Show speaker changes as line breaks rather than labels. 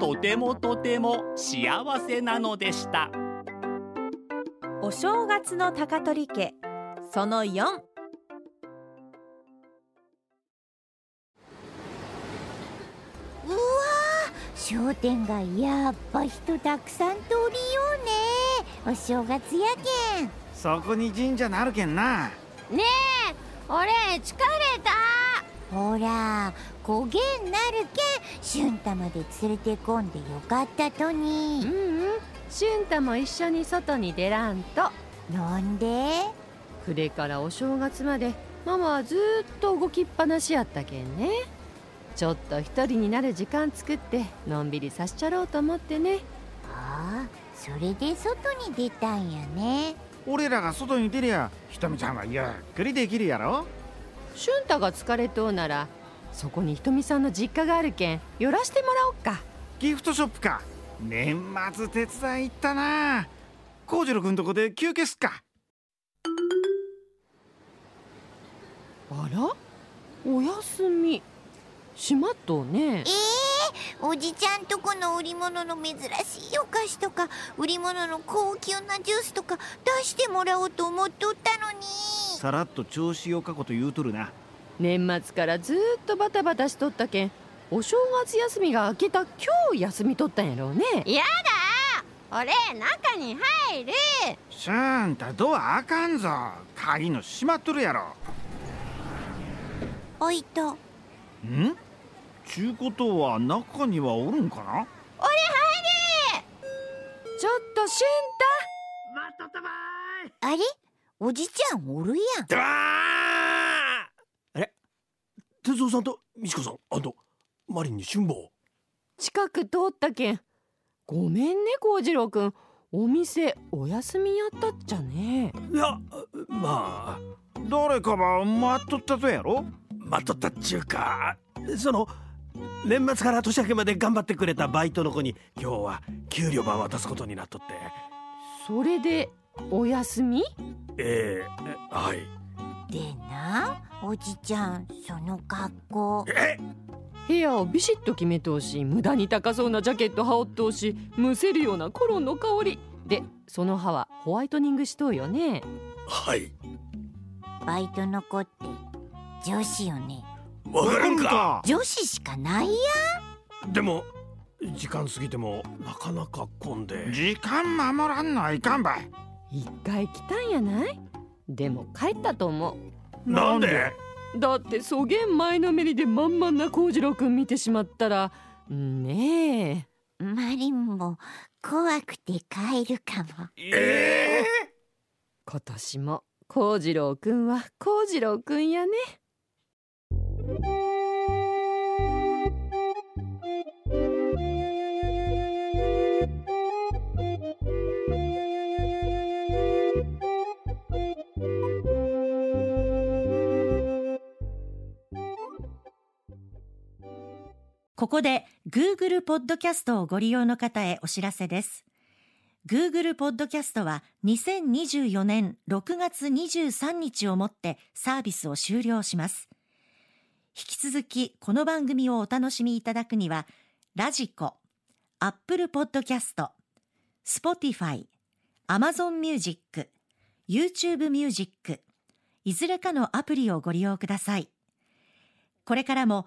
とてもとても幸せなのでした
お正月の高取家その4
うわー商店街やっぱ人たくさん通りようねお正月やけん
そこに神社なるけんな
ねえ俺疲れた
ほら焦げんなるけん春太まで連れてこんでよかったと
う
に
んうん俊太も一緒に外に出らんと
なんで
暮れからお正月までママはずーっと動きっぱなしやったけんねちょっと一人になる時間作ってのんびりさしちゃろうと思ってね
ああそれで外に出たんやね
俺らが外に出りゃひとみちゃんはゆっくりできるやろ
俊太が疲れとうならそこにひとみさんの実家があるけん寄らしてもらおっか
ギフトショップか年末手伝い行ったな幸次郎くんとこで休憩すっか
あらお休みしまっとうね
ええおじちゃんとこの売り物の珍しいお菓子とか売り物の高級なジュースとか出してもらおうと思っとったのに
さらっと調子よかこと言うとるな
年末からずーっとバタバタしとったけんお正月休みが明けた今日休みとったんやろうね
俺中に入る
シャンタドアあかんぞ鍵の閉まっとるやろ
開いた
んちゅうことは中にはおるんかな
ちょっと俊
あれおじちゃんおるやん
だあれ哲夫さんと美智子さんあとマリンに春坊
近く通ったけんごめんね幸次郎くんお店お休みやったっちゃね
いやまあ
誰かば待っとったとやろ
待っとったっちゅうかその年末から年明けまで頑張ってくれたバイトの子に今日は給料ば渡すことになっとって
それでお休み
ええはい
でなおじちゃんその格好
え
部屋をビシッと決めとうし無駄に高そうなジャケット羽織っとうしむせるようなコロンの香りでその歯はホワイトニングしとうよね
はい
バイトの子って女子よね
わかるんか
女子しかないや
でも時間過ぎてもなかなか混んで
時間守らんのはいかんばい
一回来たんやないでも帰ったと思
なんで
うだってそげん前のめりでまんまんな幸次郎くん見てしまったらねえ
マリンも怖くて帰るかも
え
今年も幸次郎くんは幸次郎くんやね
ここで Google ポッドキャストをご利用の方へお知らせです。Google ポッドキャストは2024年6月23日をもってサービスを終了します。引き続きこの番組をお楽しみいただくには、ラジコ、Apple ポッドキャスト、Spotify、Amazon Music、YouTube Music、いずれかのアプリをご利用ください。これからも